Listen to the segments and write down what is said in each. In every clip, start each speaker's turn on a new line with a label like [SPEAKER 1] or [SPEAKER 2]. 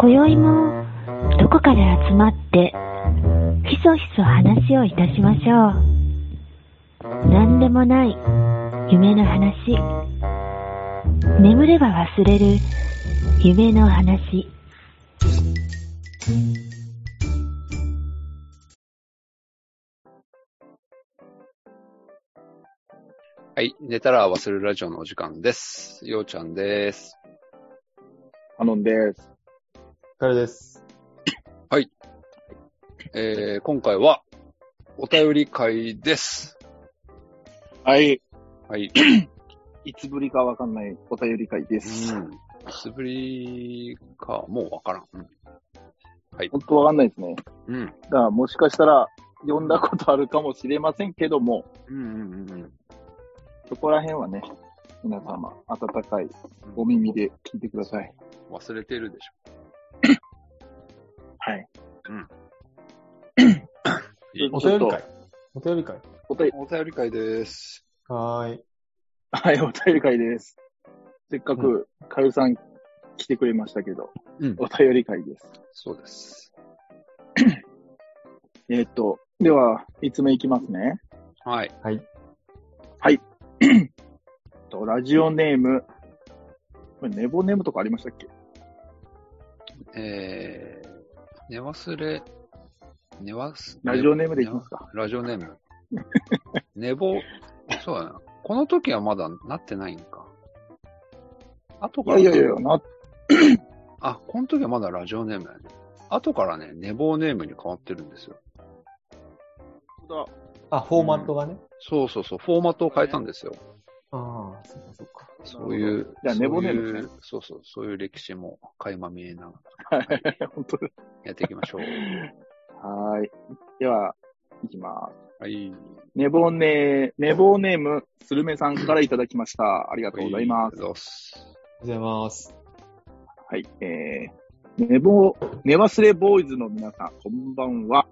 [SPEAKER 1] 今宵もどこかで集まってひそひそ話をいたしましょう何でもない夢の話眠れば忘れる夢の話
[SPEAKER 2] はい。寝たら忘れるラジオのお時間です。ようちゃんです。
[SPEAKER 3] カノンです。
[SPEAKER 4] 疲れです。
[SPEAKER 2] えー、今回は、お便り会です。
[SPEAKER 3] はい。
[SPEAKER 2] はい。
[SPEAKER 3] いつぶりかわかんないお便り会です。
[SPEAKER 2] うん。素振りか、もうわからん。
[SPEAKER 3] 本当わかんないですね。
[SPEAKER 2] うん。うん。
[SPEAKER 3] だからもしかしたら、読んだことあるかもしれませんけども、
[SPEAKER 2] うんうんうん。
[SPEAKER 3] そこら辺はね、皆様、温かいお耳で聞いてください。
[SPEAKER 2] 忘れてるでし
[SPEAKER 3] はい。
[SPEAKER 2] ょ。
[SPEAKER 4] お
[SPEAKER 3] ちょ
[SPEAKER 4] 便
[SPEAKER 3] っと
[SPEAKER 4] り会。お便り会。
[SPEAKER 3] お便り、
[SPEAKER 2] お便り会です。
[SPEAKER 4] はーい。
[SPEAKER 3] はい、お便り会です。せっかく、カルさん来てくれましたけど、
[SPEAKER 2] うん
[SPEAKER 3] お便り会です。
[SPEAKER 2] そうです。
[SPEAKER 3] えーっと、では、いつ目いきますね。
[SPEAKER 2] はい。
[SPEAKER 3] と、ラジオネーム、これ、ネボネームとかありましたっけ
[SPEAKER 2] えー、寝忘れ、寝忘
[SPEAKER 3] ラジオネームでいきますか。
[SPEAKER 2] ラジオネーム。寝坊、そうだな。この時はまだなってないんか。後
[SPEAKER 3] い
[SPEAKER 2] か
[SPEAKER 3] や
[SPEAKER 2] ら、
[SPEAKER 3] いやいや、な、
[SPEAKER 2] あ、この時はまだラジオネームだね。後からね、寝坊ネームに変わってるんですよ。
[SPEAKER 3] だ。
[SPEAKER 4] あ、フォーマットがね。
[SPEAKER 2] そうそうそう、フォーマットを変えたんですよ。
[SPEAKER 4] ああ、そっかそっか。
[SPEAKER 2] そういう。
[SPEAKER 3] じゃあ寝坊ネーム
[SPEAKER 2] そうい
[SPEAKER 3] で
[SPEAKER 2] うそうそう、そういう歴史も垣間見えながら
[SPEAKER 3] 本当だ。
[SPEAKER 2] やっていきまし ょう。
[SPEAKER 3] はーい。では、いきます。
[SPEAKER 2] はい。
[SPEAKER 3] 寝坊ネー、寝坊ネーム、スルメさんからいただきました。ありが
[SPEAKER 2] あ
[SPEAKER 3] とうございます。
[SPEAKER 2] りがとうございます。
[SPEAKER 4] おはようございます。
[SPEAKER 3] はい。えー、寝坊、寝忘れボーイズの皆さん、こんばんは。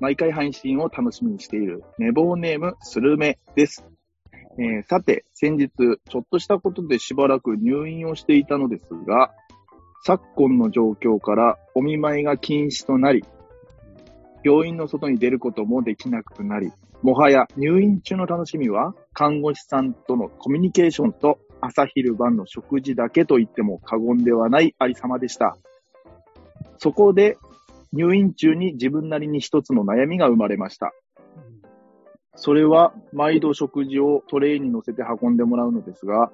[SPEAKER 3] 毎回配信を楽しみにしている、寝坊ネーム、スルメです。えー、さて、先日、ちょっとしたことでしばらく入院をしていたのですが、昨今の状況からお見舞いが禁止となり、病院の外に出ることもできなくなり、もはや入院中の楽しみは、看護師さんとのコミュニケーションと朝昼晩の食事だけと言っても過言ではないありさまでした。そこで入院中に自分なりに一つの悩みが生まれました。それは毎度食事をトレイに乗せて運んでもらうのですが、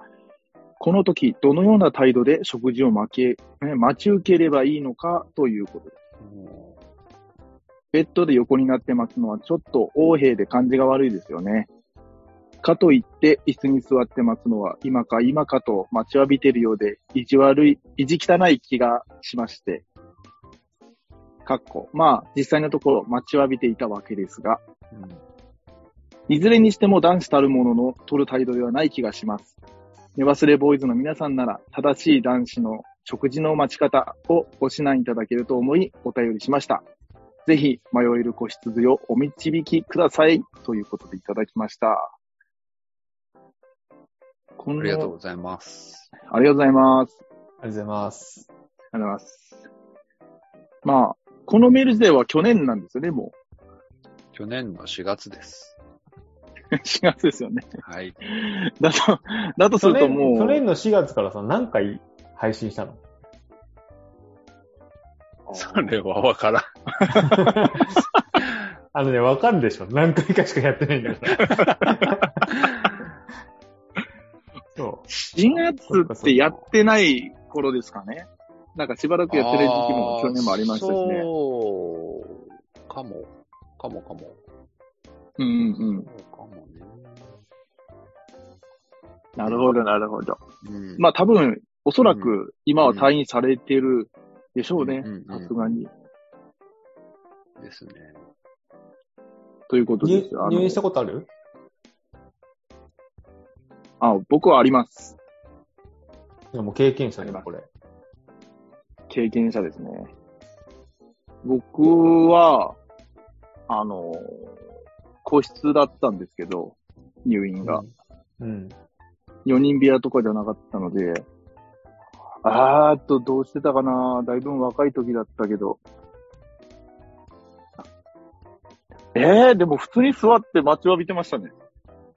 [SPEAKER 3] この時どのような態度で食事を待けえ待ち受ければいいのかということです
[SPEAKER 2] も
[SPEAKER 3] ベッドで横になって待つのはちょっと横兵で感じが悪いですよね。かといって椅子に座って待つのは今か今かと待ちわびてるようで意地悪い、意地汚い気がしまして。かっこ。まあ実際のところ待ちわびていたわけですが、
[SPEAKER 2] ううん
[SPEAKER 3] いずれにしても男子たるものの取る態度ではない気がします。寝忘れボーイズの皆さんなら正しい男子の食事の待ち方をご指南いただけると思いお便りしました。ぜひ迷える子羊をお導きくださいということでいただきました。こ
[SPEAKER 2] あ
[SPEAKER 3] の
[SPEAKER 2] りがとうございます。
[SPEAKER 3] ありがとうございます。
[SPEAKER 4] ありがとうございます。
[SPEAKER 3] ありがとうございます。まあ、このメール自体は去年なんですよね、も
[SPEAKER 2] 去年の4月です。
[SPEAKER 3] う。4月ですよね。
[SPEAKER 2] はい。
[SPEAKER 3] だと、だとす
[SPEAKER 4] 去
[SPEAKER 3] ると
[SPEAKER 4] 年
[SPEAKER 3] もう。
[SPEAKER 4] 去年の4月からさ、何回配信したの
[SPEAKER 2] それはわからん。
[SPEAKER 4] あのね、わかるでしょ。何回かしかやってないんだ から。そ
[SPEAKER 3] 4月ってやってない頃ですかね。なんかしばらくやってる時期も去年もありましたし
[SPEAKER 2] あー
[SPEAKER 3] ね。
[SPEAKER 2] そう、かも。かもかも。
[SPEAKER 3] うんうんうん。
[SPEAKER 2] そうかもね。
[SPEAKER 3] なるほど、なるほど。
[SPEAKER 2] うん
[SPEAKER 3] まあ多分、おそらく今は退院されてるでしょうね
[SPEAKER 2] う。んうん
[SPEAKER 3] さすがに。
[SPEAKER 2] ですね。
[SPEAKER 3] というこ
[SPEAKER 4] う。
[SPEAKER 3] とで
[SPEAKER 4] 入
[SPEAKER 3] す。あの
[SPEAKER 4] 入院したことある
[SPEAKER 3] あ、僕はあります。
[SPEAKER 4] でも経験者ね、これ。
[SPEAKER 3] 経験者ですね。僕は、あの、個室だったんですけど、入院が。
[SPEAKER 4] うん。
[SPEAKER 3] 4人部屋とかじゃなかったので、あーっと、どうしてたかなだいぶ若い時だったけど。えー、でも普通に座って待ちわびてましたね。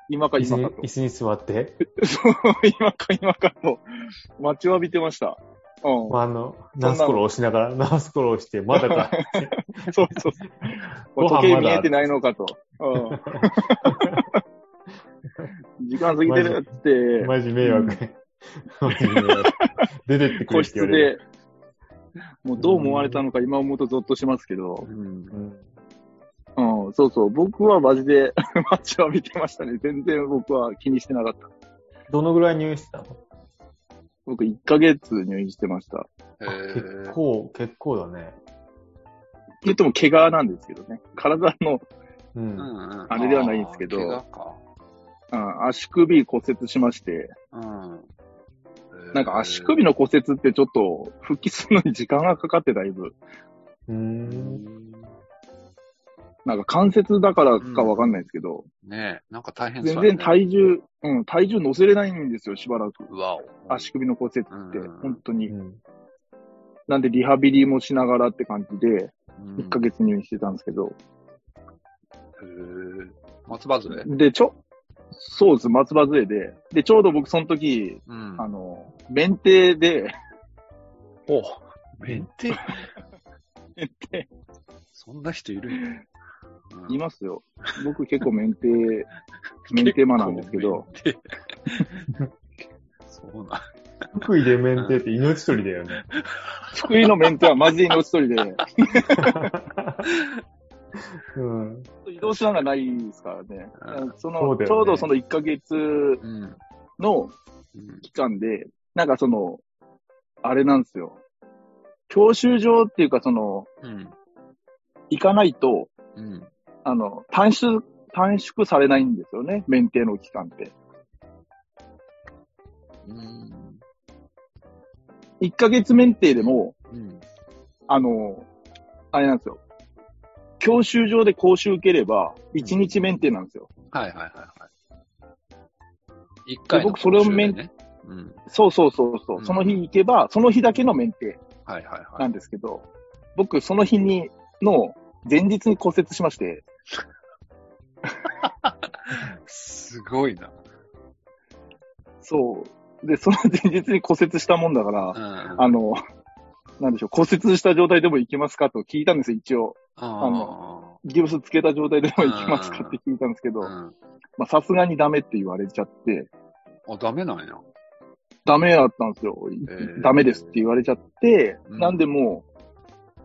[SPEAKER 3] 今か
[SPEAKER 4] 椅子
[SPEAKER 3] 今
[SPEAKER 4] に
[SPEAKER 3] かと
[SPEAKER 4] 椅。子に座って、
[SPEAKER 3] そう、今か今かと。待ちわびてました。うん。
[SPEAKER 4] まあ、あの、ナースコローを押しながら、ナースコローを押して、まだか、
[SPEAKER 3] そうそうそう。
[SPEAKER 4] ご
[SPEAKER 3] 時
[SPEAKER 4] 飯
[SPEAKER 3] 計
[SPEAKER 4] ま
[SPEAKER 3] 見
[SPEAKER 4] だ
[SPEAKER 3] えてないのかと。 うん。時間過ぎてるっつって、
[SPEAKER 4] マジ迷惑。 マジ迷惑。出てってく
[SPEAKER 3] 個
[SPEAKER 4] れって
[SPEAKER 3] 室
[SPEAKER 4] 言われる。
[SPEAKER 3] で、もうどう思われたのか今思うとゾッとしますけど
[SPEAKER 2] う、ん。
[SPEAKER 4] うん
[SPEAKER 3] うん、そうそう、僕はマジで 街は見てましたね。全然僕は気にしてなかった。
[SPEAKER 4] どのぐらい入院してたの
[SPEAKER 3] 僕1ヶ月入院してました。
[SPEAKER 2] え
[SPEAKER 4] 結
[SPEAKER 2] ー、
[SPEAKER 4] 構、結構だね。
[SPEAKER 3] 言っても怪我なんですけどね。体の、
[SPEAKER 4] う。
[SPEAKER 2] うんんうん。
[SPEAKER 3] あれではないんですけど
[SPEAKER 2] あー怪我か。
[SPEAKER 3] うん、足首骨折しまして、
[SPEAKER 2] うん。えー
[SPEAKER 3] なんか足首の骨折ってちょっと復帰するのに時間がかかってだいぶ。
[SPEAKER 4] うーん。
[SPEAKER 3] なんか関節だからかわかんないですけど、
[SPEAKER 2] ねえ、なんか大変そう、
[SPEAKER 3] 全
[SPEAKER 2] ね。
[SPEAKER 3] 然体重、うん、体重乗せれないんですよ、しばらく。
[SPEAKER 2] うわお。
[SPEAKER 3] 足首の骨折って、
[SPEAKER 2] うん
[SPEAKER 3] 本当
[SPEAKER 4] う
[SPEAKER 3] に。
[SPEAKER 4] ん
[SPEAKER 3] なんでリハビリもしながらって感じで、
[SPEAKER 2] うん
[SPEAKER 3] 1ヶ月入院してたんですけど、
[SPEAKER 2] へー松葉杖
[SPEAKER 3] で、ちょ、そうです、松葉杖で、で、ちょうど僕その時、
[SPEAKER 2] うん
[SPEAKER 3] あの、免停で、
[SPEAKER 2] お免 停
[SPEAKER 3] 免停
[SPEAKER 2] そんな人いる んや。うん
[SPEAKER 3] いますよ。僕結構免 停、免停マなんですけど、。
[SPEAKER 2] 結構免停そうなん。
[SPEAKER 4] 福井で免停って命取りだよね。
[SPEAKER 3] 福井の免停はマジで命取りで、
[SPEAKER 4] うん。
[SPEAKER 3] 移動手段がないですからね。
[SPEAKER 2] う
[SPEAKER 3] そ
[SPEAKER 4] そ
[SPEAKER 3] の、
[SPEAKER 4] うだよね
[SPEAKER 3] ちょうどその1ヶ月
[SPEAKER 2] うん。
[SPEAKER 3] の
[SPEAKER 2] うん
[SPEAKER 3] 期間で、なんかその、あれなんですよ。教習所っていうかその、
[SPEAKER 2] うん。
[SPEAKER 3] 行かないと、
[SPEAKER 2] うん。
[SPEAKER 3] あの、短縮、短縮されないんですよね。免停の期間って。
[SPEAKER 2] うん。
[SPEAKER 3] 1ヶ月免停でも、
[SPEAKER 2] うん。
[SPEAKER 3] あの、あれなんですよ。教習場で講習受ければ、1日免停なんですよ。
[SPEAKER 2] はいはいはいはい。一回の
[SPEAKER 3] 僕それを
[SPEAKER 2] 講習で
[SPEAKER 3] 免
[SPEAKER 2] ね。うん。
[SPEAKER 3] そうそうそうそう、
[SPEAKER 2] うん
[SPEAKER 3] その日行けば、その日だけの免停
[SPEAKER 2] はいはいは。
[SPEAKER 3] ないんですけど、僕、その日に、の、前日に骨折しまして、
[SPEAKER 2] すごいな。
[SPEAKER 3] そう。で、その前日に骨折したもんだから
[SPEAKER 2] う、ん。
[SPEAKER 3] あの、なんでしょう、骨折した状態でも行きますかと聞いたんですよ、一応。
[SPEAKER 2] あの、
[SPEAKER 3] ギブスつけた状態でも行きますかって聞いたんですけど、
[SPEAKER 2] うん。
[SPEAKER 3] まあさすがにダメって言われちゃって、
[SPEAKER 2] あ、ダメなんや。
[SPEAKER 3] ダメだったんですよ。
[SPEAKER 2] えー
[SPEAKER 3] ダメですって言われちゃって、
[SPEAKER 2] うん
[SPEAKER 3] なんでもう、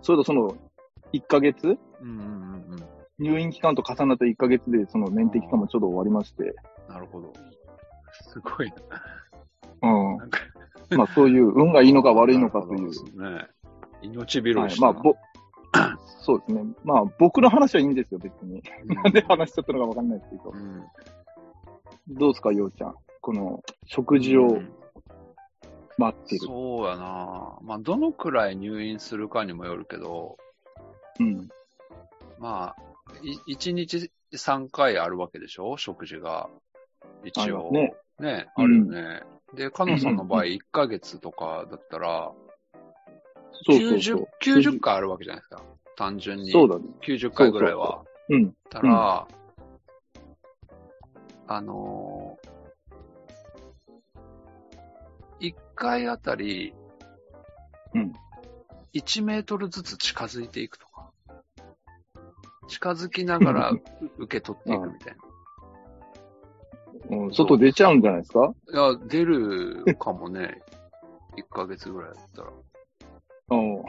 [SPEAKER 3] それとその、1ヶ月
[SPEAKER 2] うんうんうんうん。
[SPEAKER 3] 入院期間と重なった1ヶ月で、その免疫期間もちょっと終わりまして、
[SPEAKER 2] なるほど。すごいな。
[SPEAKER 3] う
[SPEAKER 2] なんか
[SPEAKER 3] ん。まあそういう、運がいいのか悪い のかという。
[SPEAKER 2] ね。命拾
[SPEAKER 3] はいい、
[SPEAKER 2] した
[SPEAKER 3] ま
[SPEAKER 2] な。
[SPEAKER 3] あ、ぼ、 そうですね。まあ僕の話はいいんですよ、別に。 なんで話しちゃったのかわかんないですけど
[SPEAKER 2] う。ん、
[SPEAKER 3] どうですか、ようちゃん。この、食事を待ってる。
[SPEAKER 2] そうやな。まあ、どのくらい入院するかにもよるけど、
[SPEAKER 3] うん。
[SPEAKER 2] まあ、い1日3回あるわけでしょ食事が。
[SPEAKER 3] あ
[SPEAKER 2] 一
[SPEAKER 3] りま
[SPEAKER 2] 応。
[SPEAKER 3] すね。
[SPEAKER 2] ね、
[SPEAKER 3] うん
[SPEAKER 2] あるよね。で、カノさんの場合、1ヶ月とかだったら、
[SPEAKER 3] そうそうそ
[SPEAKER 2] 90
[SPEAKER 3] う。、
[SPEAKER 2] 90回あるわけじゃないですか。単純に。
[SPEAKER 3] そうだね。
[SPEAKER 2] 90回ぐらいは。
[SPEAKER 3] うん。
[SPEAKER 2] ったら、あのー、1回あたり、
[SPEAKER 3] うん
[SPEAKER 2] 1メートルずつ近づいていくとか、近づきながら受け取っていくみたい
[SPEAKER 3] うん外出ちゃうんじゃないですか
[SPEAKER 2] な。いや、出るかもね、1ヶ月ぐらいだったら。
[SPEAKER 3] うん。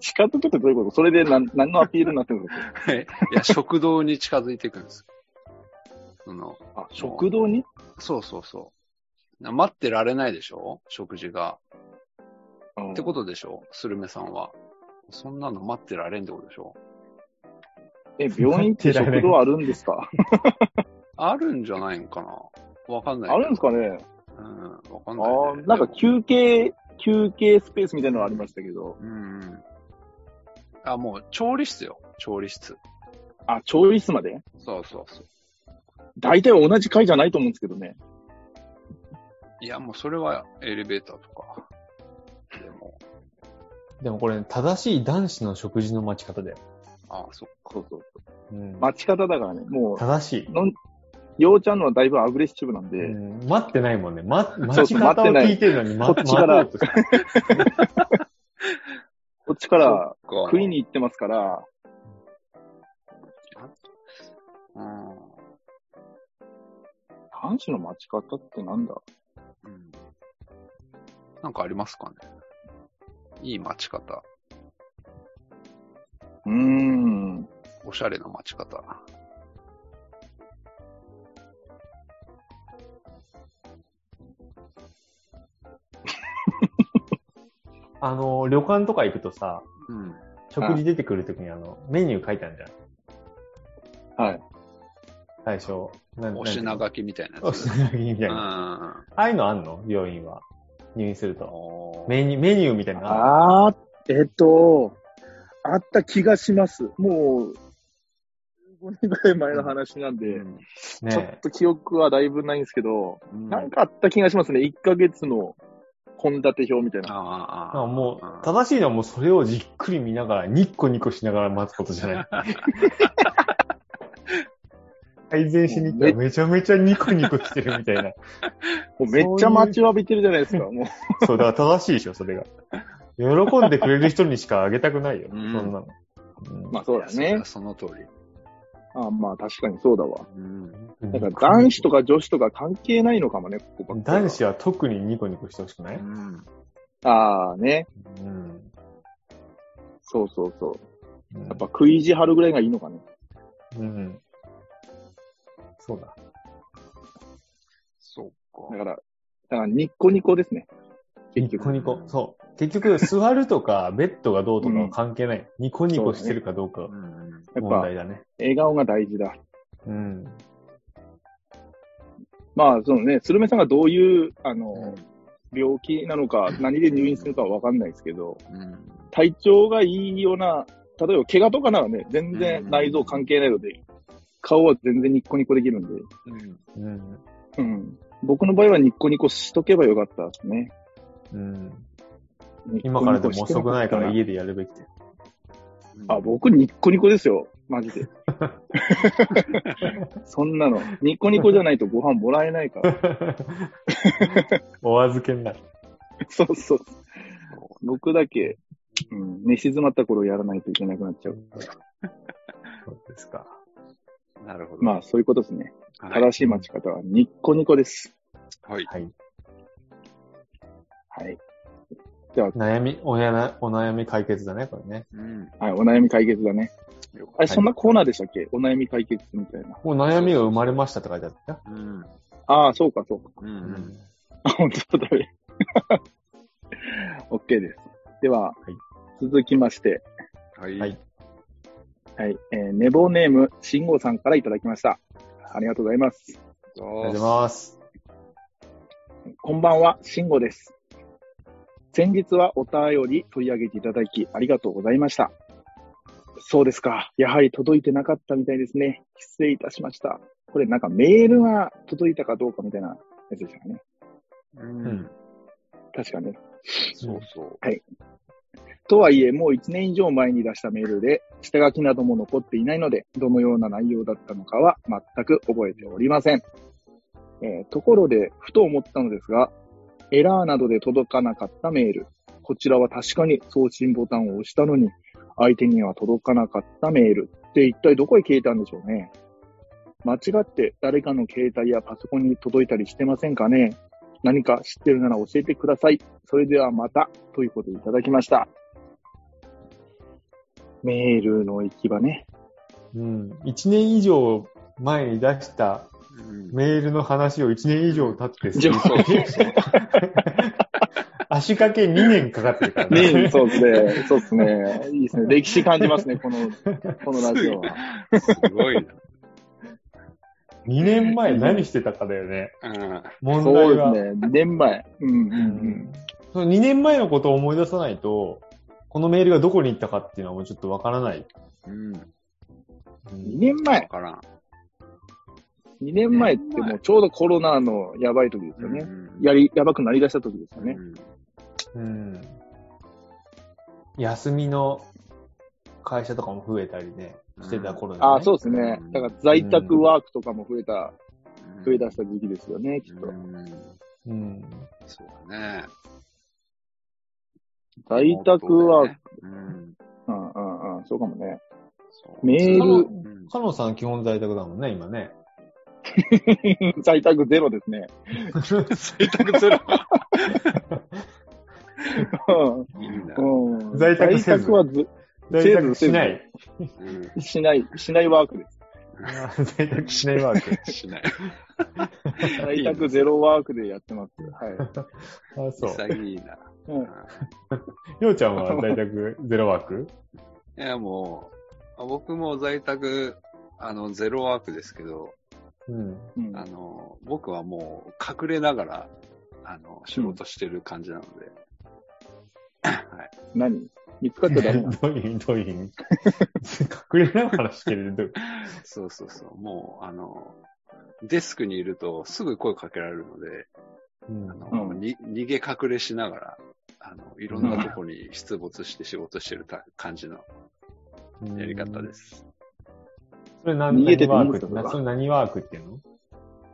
[SPEAKER 3] 近づくってどういうことそれで何何のアピールになってるんですか
[SPEAKER 2] いや、食堂に近づいていくんですよ。その、
[SPEAKER 3] あ、食堂に
[SPEAKER 2] そうそうそう。な待ってられないでしょ食事が。
[SPEAKER 3] っ
[SPEAKER 2] ってこととでしょスルメさんは。そんなの待ってられんってことでしょ
[SPEAKER 3] え、病院って食堂あるんですか
[SPEAKER 2] あるんじゃないんかなわかんない。
[SPEAKER 3] あるんですかね
[SPEAKER 2] うん、わかん
[SPEAKER 3] あ
[SPEAKER 2] ない、
[SPEAKER 3] あー、なんか
[SPEAKER 2] でも
[SPEAKER 3] 休憩、休憩スペースみたいなのありましたけど。
[SPEAKER 2] うんうん。あ、もう、調理室よ。調理室。
[SPEAKER 3] あ、調理室まで
[SPEAKER 2] そうそうそう。
[SPEAKER 3] 大体同じ階じゃないと思うんですけどね。
[SPEAKER 2] いや、もうそれはエレベーターとか。でも、
[SPEAKER 4] でもこれ、正しい男子の食事の待ち方だよ。
[SPEAKER 2] ああ、そっか。
[SPEAKER 3] そうそう。
[SPEAKER 4] うん、
[SPEAKER 3] 待ち方だからね、も
[SPEAKER 4] 正しい。
[SPEAKER 3] う、のん、ようちゃんのはだいぶアグレッシブなんで、
[SPEAKER 4] うん待ってないもんね。ま、
[SPEAKER 3] そ
[SPEAKER 4] 待
[SPEAKER 3] う
[SPEAKER 4] ち
[SPEAKER 3] そう
[SPEAKER 4] 方を聞いてるのに、ま、
[SPEAKER 3] こっちから
[SPEAKER 4] 待とうとして
[SPEAKER 3] こっちから食い
[SPEAKER 2] に。
[SPEAKER 3] に行ってますから、
[SPEAKER 2] うん。
[SPEAKER 3] 男子の待ち方ってなんだ
[SPEAKER 2] うん。なんかありますかねいい待ち方。
[SPEAKER 3] うーん。
[SPEAKER 2] おしゃれな待ち方。
[SPEAKER 4] あの、旅館とか行くとさ、
[SPEAKER 2] うん。
[SPEAKER 4] 食事出てくるときにあの、メニュー書いてあるじゃん。
[SPEAKER 3] はい。
[SPEAKER 4] 最初。な
[SPEAKER 2] お品。
[SPEAKER 4] なんて
[SPEAKER 2] 書きみたいな
[SPEAKER 4] いうのお
[SPEAKER 2] やつ。
[SPEAKER 4] 品書きみた
[SPEAKER 2] う
[SPEAKER 4] いな。あ
[SPEAKER 2] ん。
[SPEAKER 4] あいうのあんの病院は。入院すると。
[SPEAKER 2] おー
[SPEAKER 4] メニュー、メニューみたいなのあんの
[SPEAKER 3] あー、えっと、あった気がします。もう、5年ぐらい前の話なんで、
[SPEAKER 2] うん
[SPEAKER 3] ちょっ
[SPEAKER 4] ね
[SPEAKER 3] と記憶はだいぶないんですけど、
[SPEAKER 2] うん
[SPEAKER 3] なんかあった気がしますね。1ヶ月の献立表みたいな。
[SPEAKER 2] あ
[SPEAKER 4] あ
[SPEAKER 2] あ、
[SPEAKER 4] も
[SPEAKER 2] うん
[SPEAKER 4] う、正しいのはもうそれをじっくり見ながら、ニッコニコしながら待つことじゃない。 改善しに行ったらめちゃめちゃニコニコしてるみたいな。
[SPEAKER 3] もうめっちゃ待ちわびてるじゃないですか。もう、
[SPEAKER 4] そう、だから正しいでしょ、それが。喜んでくれる人にしかあげたくないよ、
[SPEAKER 2] うん
[SPEAKER 4] そんなの。うん
[SPEAKER 3] まあそうだね。
[SPEAKER 2] その通り。
[SPEAKER 3] あまあ確かにそうだわ。
[SPEAKER 2] うん。
[SPEAKER 3] だから男子とか女子とか関係ないのかもね、ここばっかりは
[SPEAKER 4] 男子は特にニコニコしてほしくな
[SPEAKER 2] う
[SPEAKER 4] い、
[SPEAKER 2] ん。
[SPEAKER 3] ああね。
[SPEAKER 4] うん、
[SPEAKER 3] そうそうそう。
[SPEAKER 4] や
[SPEAKER 3] やっぱ、食い意地張るぐらいがいいのかね。
[SPEAKER 4] うん。そうだ。
[SPEAKER 2] そうか
[SPEAKER 3] だ。から、だからニッコニコですね。結
[SPEAKER 4] ニ
[SPEAKER 3] 局。
[SPEAKER 4] コニコ。そう。結局、座るとか、ベッドがどうとかは関係ない。ニコニコしてるかどうかが
[SPEAKER 2] うん。
[SPEAKER 3] やっ
[SPEAKER 4] 問
[SPEAKER 3] ぱ
[SPEAKER 4] 題だね。
[SPEAKER 3] 笑顔が大事だ。
[SPEAKER 4] うん。
[SPEAKER 3] まあ、そのね、スルメさんがどういう、あ
[SPEAKER 2] う
[SPEAKER 3] の
[SPEAKER 2] ん、
[SPEAKER 3] 病気なのか、何で入院するかはわかんないですけど、
[SPEAKER 2] うん。
[SPEAKER 3] 体調がいいような、例えば怪我とかならね、全然内臓関係ないので、顔は全然ニッコニコできるんで、
[SPEAKER 2] うん。
[SPEAKER 4] うん。
[SPEAKER 3] うん。僕の場合はニッコニコしとけばよかったですね。
[SPEAKER 4] うん。今からでも遅くないから
[SPEAKER 3] い。
[SPEAKER 4] 家でやるべきで。
[SPEAKER 3] あ、僕ニッコニコですよ。マジ で。そんなの。ニッコニコじゃないとご飯もらえないから。
[SPEAKER 4] お預けになる。
[SPEAKER 3] そうそう。僕だけ、うん、寝静まった頃やらないといけなくなっちゃう。
[SPEAKER 4] そうですか。
[SPEAKER 2] なるほど。
[SPEAKER 3] まあ、そういうことですね。
[SPEAKER 2] あ
[SPEAKER 3] 正しい待ち方はニッコニコです。
[SPEAKER 2] はい。
[SPEAKER 4] はい。
[SPEAKER 3] はい。
[SPEAKER 4] 悩み、おやなお悩み解決だね、これね。
[SPEAKER 2] うん。
[SPEAKER 3] はい、お悩み解決だね。
[SPEAKER 2] よか
[SPEAKER 3] あ
[SPEAKER 2] っ
[SPEAKER 3] れ、そんなコーナーでしたっけお悩み解決みたいな。
[SPEAKER 4] もう悩みが生まれましたって書いてあったよ。
[SPEAKER 2] た。うん。
[SPEAKER 3] ああ、そうか、そうか。
[SPEAKER 2] うん。うん。
[SPEAKER 3] あ、本当だ ね。OK です。では、
[SPEAKER 4] い
[SPEAKER 3] 続きまして、
[SPEAKER 2] はい。
[SPEAKER 4] はい
[SPEAKER 3] はい、えー、寝坊ネーム、慎吾さんからいただきました。ありがとうございます。
[SPEAKER 2] あり
[SPEAKER 4] あ
[SPEAKER 2] がとう
[SPEAKER 4] りがとうご
[SPEAKER 2] ご
[SPEAKER 4] ざ
[SPEAKER 2] ざい
[SPEAKER 4] い
[SPEAKER 2] ま
[SPEAKER 4] ます。
[SPEAKER 3] こんばんは、慎吾です。先日はお便り取り上げていただき、ありがとうございました。そうですか。やはり届いてなかったみたいですね。失礼いたしました。これなんかメールが届いたかどうかみたいなやつでしたかね。
[SPEAKER 2] す。うん。
[SPEAKER 3] 確かね。
[SPEAKER 2] そうそう。
[SPEAKER 3] とはいえ、もう1年以上前に出したメールで、下書きなども残っていないので、どのような内容だったのかは全く覚えておりません。えーところで、ふと思ったのですが、エラーなどで届かなかったメール。こちらは確かに送信ボタンを押したのに、相手には届かなかったメールって一体どこへ消えたんでしょうね。間違って誰かの携帯やパソコンに届いたりしてませんかね何か知ってるなら教えてください。それではまた、ということでいただきました。メールの行き場ね。
[SPEAKER 4] うん。一年以上前に出した
[SPEAKER 2] うん。
[SPEAKER 4] メールの話を一年以上経ってする
[SPEAKER 3] 以上
[SPEAKER 2] そうそうそう。
[SPEAKER 4] 足掛け2年かかってるから
[SPEAKER 3] ね、そうですね。そうですね。いいですね。歴史感じますね、この、このラジオは。
[SPEAKER 2] すごいな。
[SPEAKER 4] 2年前何してたかだよね。
[SPEAKER 2] うん。
[SPEAKER 4] 問
[SPEAKER 3] そ
[SPEAKER 4] 題
[SPEAKER 3] う
[SPEAKER 4] は。
[SPEAKER 3] ですね。2年前。うん、うん、
[SPEAKER 4] う
[SPEAKER 3] うん
[SPEAKER 4] ん。その2年前のことを思い出さないと、このメールがどこに行ったかっていうのはもうちょっとわからない。
[SPEAKER 2] うん。わ
[SPEAKER 4] う。
[SPEAKER 3] 2
[SPEAKER 4] ん
[SPEAKER 3] 年前。
[SPEAKER 2] からん。
[SPEAKER 3] 2年前ってもうちょうどコロナのやばい時ですよね。
[SPEAKER 2] うん
[SPEAKER 3] やり、やばくなりだした時ですよね。
[SPEAKER 2] うん
[SPEAKER 4] うん。休みの会社とかも増えたりね、してた頃に、ね
[SPEAKER 3] ああ、そうですね。だから在宅ワークとかも増えた、
[SPEAKER 2] うん
[SPEAKER 3] 増え出した時期ですよね、きっと
[SPEAKER 2] う。ん。
[SPEAKER 4] うん。
[SPEAKER 2] そうだね。
[SPEAKER 3] 在宅ワーク。
[SPEAKER 2] ク。うん。
[SPEAKER 3] うんうんうん、そうかもね。
[SPEAKER 2] そう
[SPEAKER 3] メール、
[SPEAKER 2] うん
[SPEAKER 4] かのさん基本在宅だもんね、今 ね。
[SPEAKER 3] 在宅ゼロですね。
[SPEAKER 2] 在宅ゼロ。
[SPEAKER 3] うん
[SPEAKER 2] いいんだ。
[SPEAKER 3] うん
[SPEAKER 4] 在宅せ
[SPEAKER 3] 在
[SPEAKER 4] ず
[SPEAKER 3] 宅はず
[SPEAKER 4] 在宅しない。
[SPEAKER 2] うん
[SPEAKER 3] しない、しないワークです。
[SPEAKER 4] 在宅しないワーク。
[SPEAKER 2] しない。
[SPEAKER 3] 在宅ゼロワークでやってます。はい。
[SPEAKER 4] あ、そう。
[SPEAKER 2] 潔いな。
[SPEAKER 3] うん
[SPEAKER 4] ようちゃんは在宅ゼロワーク
[SPEAKER 2] いや、もう、あ僕も在宅、あの、ゼロワークですけど、
[SPEAKER 4] うん。
[SPEAKER 3] うん
[SPEAKER 2] あの、僕はもう隠れながら、あの、仕事してる感じなので。
[SPEAKER 3] 何見つかっちゃダメなの
[SPEAKER 4] どういう意味どういう意味隠れながらしてるけど。
[SPEAKER 2] そうそうそう。もう、あの、デスクにいるとすぐ声かけられるので、
[SPEAKER 4] うん
[SPEAKER 2] あの
[SPEAKER 3] うん
[SPEAKER 2] に逃げ隠れしながら、あの、いろんなとこに出没して仕事してるた感じのやり方
[SPEAKER 4] うん
[SPEAKER 2] です。
[SPEAKER 4] それ何
[SPEAKER 3] 逃げてて
[SPEAKER 4] 何ワーク
[SPEAKER 3] いいんですか
[SPEAKER 4] なそれ何ワークっていうの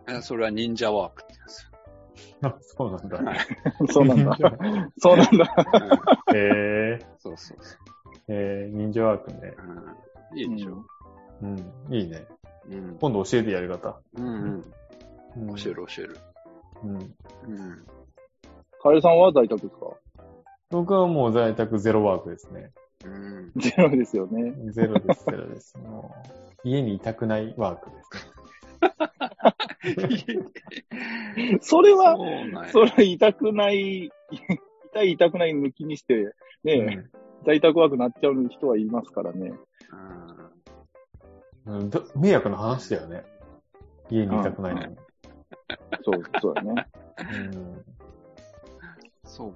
[SPEAKER 2] えそれは忍者ワークってやつ。
[SPEAKER 4] あ、そうなんだ。
[SPEAKER 3] そうなん だ。そうなんだ。
[SPEAKER 2] うん
[SPEAKER 4] へえ
[SPEAKER 2] そうそうそ
[SPEAKER 4] えー、忍者ワークね。
[SPEAKER 2] う。うん、いいでしょ。
[SPEAKER 4] うん。いいね。
[SPEAKER 2] うん。
[SPEAKER 4] 今度教えてやり方。
[SPEAKER 2] うん
[SPEAKER 4] うん
[SPEAKER 2] うん。教える教える。
[SPEAKER 4] うん。
[SPEAKER 2] うん。
[SPEAKER 3] カエルさんは在宅ですか
[SPEAKER 4] 僕はもう在宅ゼロワークですね。
[SPEAKER 2] うん。
[SPEAKER 3] ゼロですよね。
[SPEAKER 4] ゼロです、ゼロです。もう家にいたくないワークですね。
[SPEAKER 3] それ
[SPEAKER 2] そう
[SPEAKER 3] は、
[SPEAKER 2] なんや
[SPEAKER 3] それは痛くない、痛い痛くない抜きにして、ね、在宅ワークなっちゃう人はいますから
[SPEAKER 2] うん
[SPEAKER 3] ね。
[SPEAKER 4] うんうんど迷惑な話だよね。家にいたくないのに。
[SPEAKER 3] そう、そうだね。
[SPEAKER 4] うん
[SPEAKER 2] そう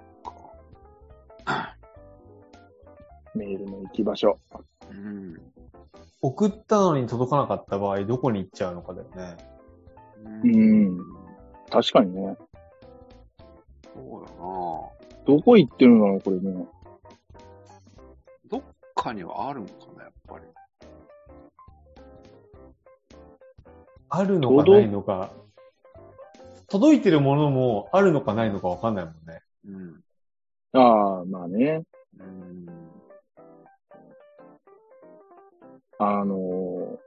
[SPEAKER 2] か。
[SPEAKER 3] メールの行き場所。
[SPEAKER 2] うん。
[SPEAKER 4] 送ったのに届かなかった場合、どこに行っちゃうのかだよね。
[SPEAKER 3] うん確かにね。
[SPEAKER 2] そうだな
[SPEAKER 3] どこ行ってるのかな、これね。
[SPEAKER 2] どっかにはあるのかな、やっぱり。
[SPEAKER 4] あるのかないのか。届いてるものもあるのかないのかわかんないもんね。
[SPEAKER 2] うん。
[SPEAKER 3] ああ、まあね。
[SPEAKER 2] うん。
[SPEAKER 3] あのー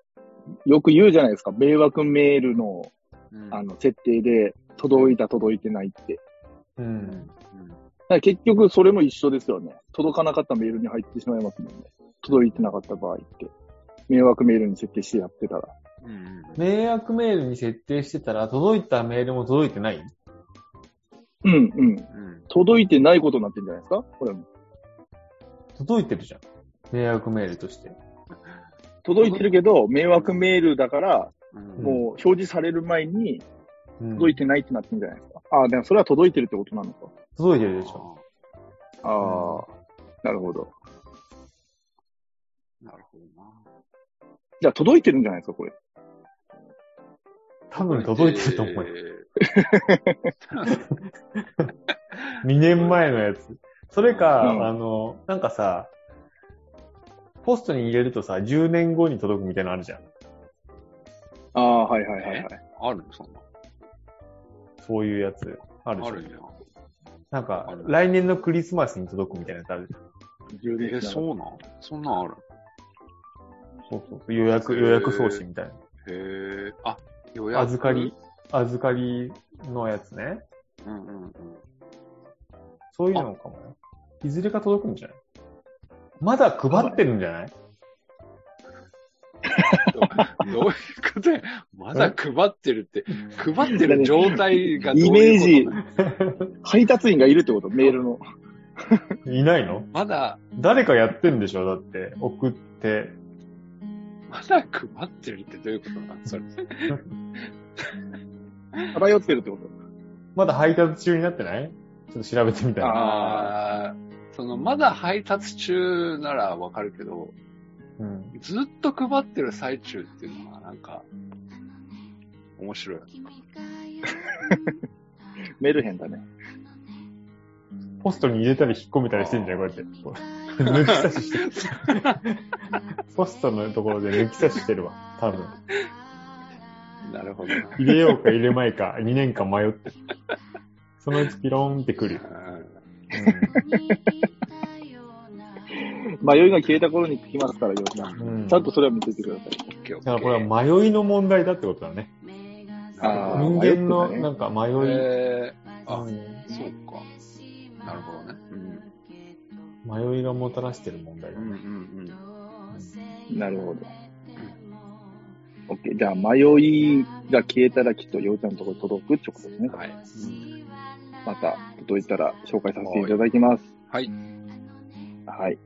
[SPEAKER 3] よく言うじゃないですか。迷惑メールの、
[SPEAKER 2] うん
[SPEAKER 3] あの、設定で、届いた、届いてないって。だか
[SPEAKER 4] う。
[SPEAKER 2] うんん。
[SPEAKER 3] ら結局、それも一緒ですよね。届かなかったメールに入ってしまいますもんね。届いてなかった場合って。迷惑メールに設定してやってたら。
[SPEAKER 2] うん。
[SPEAKER 4] 迷惑メールに設定してたら、届いたメールも届いてない
[SPEAKER 3] うんうん。
[SPEAKER 2] うん。
[SPEAKER 3] 届いてないことになってるんじゃないですかこれも。
[SPEAKER 4] 届いてるじゃん。迷惑メールとして。
[SPEAKER 3] 届いてるけど、迷惑メールだから、
[SPEAKER 2] うん。
[SPEAKER 3] もう表示される前に
[SPEAKER 4] うん
[SPEAKER 3] 届いてないってなってるんじゃないですか。ああ、でもそれは届いてるってことなのか。
[SPEAKER 4] 届いてるでしょ。
[SPEAKER 3] ああ、なるほど。
[SPEAKER 2] なるほどな。
[SPEAKER 3] じゃあ届いてるんじゃないですか、これ。
[SPEAKER 4] 多分届いてると思うよ。
[SPEAKER 2] え
[SPEAKER 4] 2年前のやつ。それか、
[SPEAKER 3] うん
[SPEAKER 4] あの、なんかさ、ポストに入れるとさ、10年後に届くみたいなのあるじゃん。
[SPEAKER 3] ああ、はいはいはいはい。
[SPEAKER 2] ーあるのそんな。
[SPEAKER 4] そういうやつ。あるじ
[SPEAKER 2] あ
[SPEAKER 4] ゃん
[SPEAKER 2] る。じゃ
[SPEAKER 4] なんか
[SPEAKER 2] あ、る
[SPEAKER 4] 来年のクリスマスに届くみたいなやつあるじゃ
[SPEAKER 3] 充
[SPEAKER 4] ん。
[SPEAKER 2] ん。え
[SPEAKER 3] 電
[SPEAKER 2] ー、
[SPEAKER 3] しなが
[SPEAKER 2] そうなんそんなんある
[SPEAKER 4] そうそうそう。予約、予約送信みたい
[SPEAKER 2] へえ。あ、予
[SPEAKER 4] な。
[SPEAKER 2] 約。
[SPEAKER 4] 預かり。、預かりのやつね。
[SPEAKER 2] うんうんうん。
[SPEAKER 4] そういうのかもよ。いずれか届くんじゃないまだ配ってるんじゃない
[SPEAKER 2] どういうことやまだ配ってるって、配ってる状態がどう
[SPEAKER 3] イメー
[SPEAKER 2] い
[SPEAKER 3] ジ
[SPEAKER 2] うことなの、
[SPEAKER 3] 配達員がいるってこと、メールの。
[SPEAKER 4] いないの
[SPEAKER 2] まだ、
[SPEAKER 4] 誰かやってんでしょだって、送って。
[SPEAKER 2] まだ配ってるってどういうことなのそれ。
[SPEAKER 3] 漂ってるってこ
[SPEAKER 4] まだ配達中になってないちょっと調べてみたいな。
[SPEAKER 2] ああ、その、まだ配達中ならわかるけど、
[SPEAKER 4] うん。
[SPEAKER 2] ずっと配ってる最中っていうのは、なんか、面白い。
[SPEAKER 3] と。メルヘンだね。
[SPEAKER 4] ポストに入れたり引っ込めたりしてんじゃん、こうやって。 抜き差ししてる。 ポストのところで抜き差ししてるわ、多分。
[SPEAKER 2] なるほどな。
[SPEAKER 4] 入れようか入れまいか、2年間迷ってる。そのうちピローンってくるよ。
[SPEAKER 3] 迷いが消えた頃に聞きますから、よさん。
[SPEAKER 4] うんうん
[SPEAKER 3] ちゃんとそれは見ててください。
[SPEAKER 4] だからこれは迷いの問題だってことだね。
[SPEAKER 3] あー
[SPEAKER 4] 人間の
[SPEAKER 3] 迷ってたね
[SPEAKER 4] なんか迷い。
[SPEAKER 2] えー、あ、
[SPEAKER 4] うん
[SPEAKER 2] そうか。なるほどね。うん。
[SPEAKER 4] 迷いがもたらしてる問題だ
[SPEAKER 2] う
[SPEAKER 4] ね
[SPEAKER 2] んうん
[SPEAKER 3] なるほど。オッケー。じゃあ、迷いが消えたらきっと、ようちゃんのところに届くってことです
[SPEAKER 2] う
[SPEAKER 3] ね
[SPEAKER 2] ん。。はい。うん
[SPEAKER 3] また、届いたら紹介させていただきます。
[SPEAKER 2] はい。
[SPEAKER 3] はい。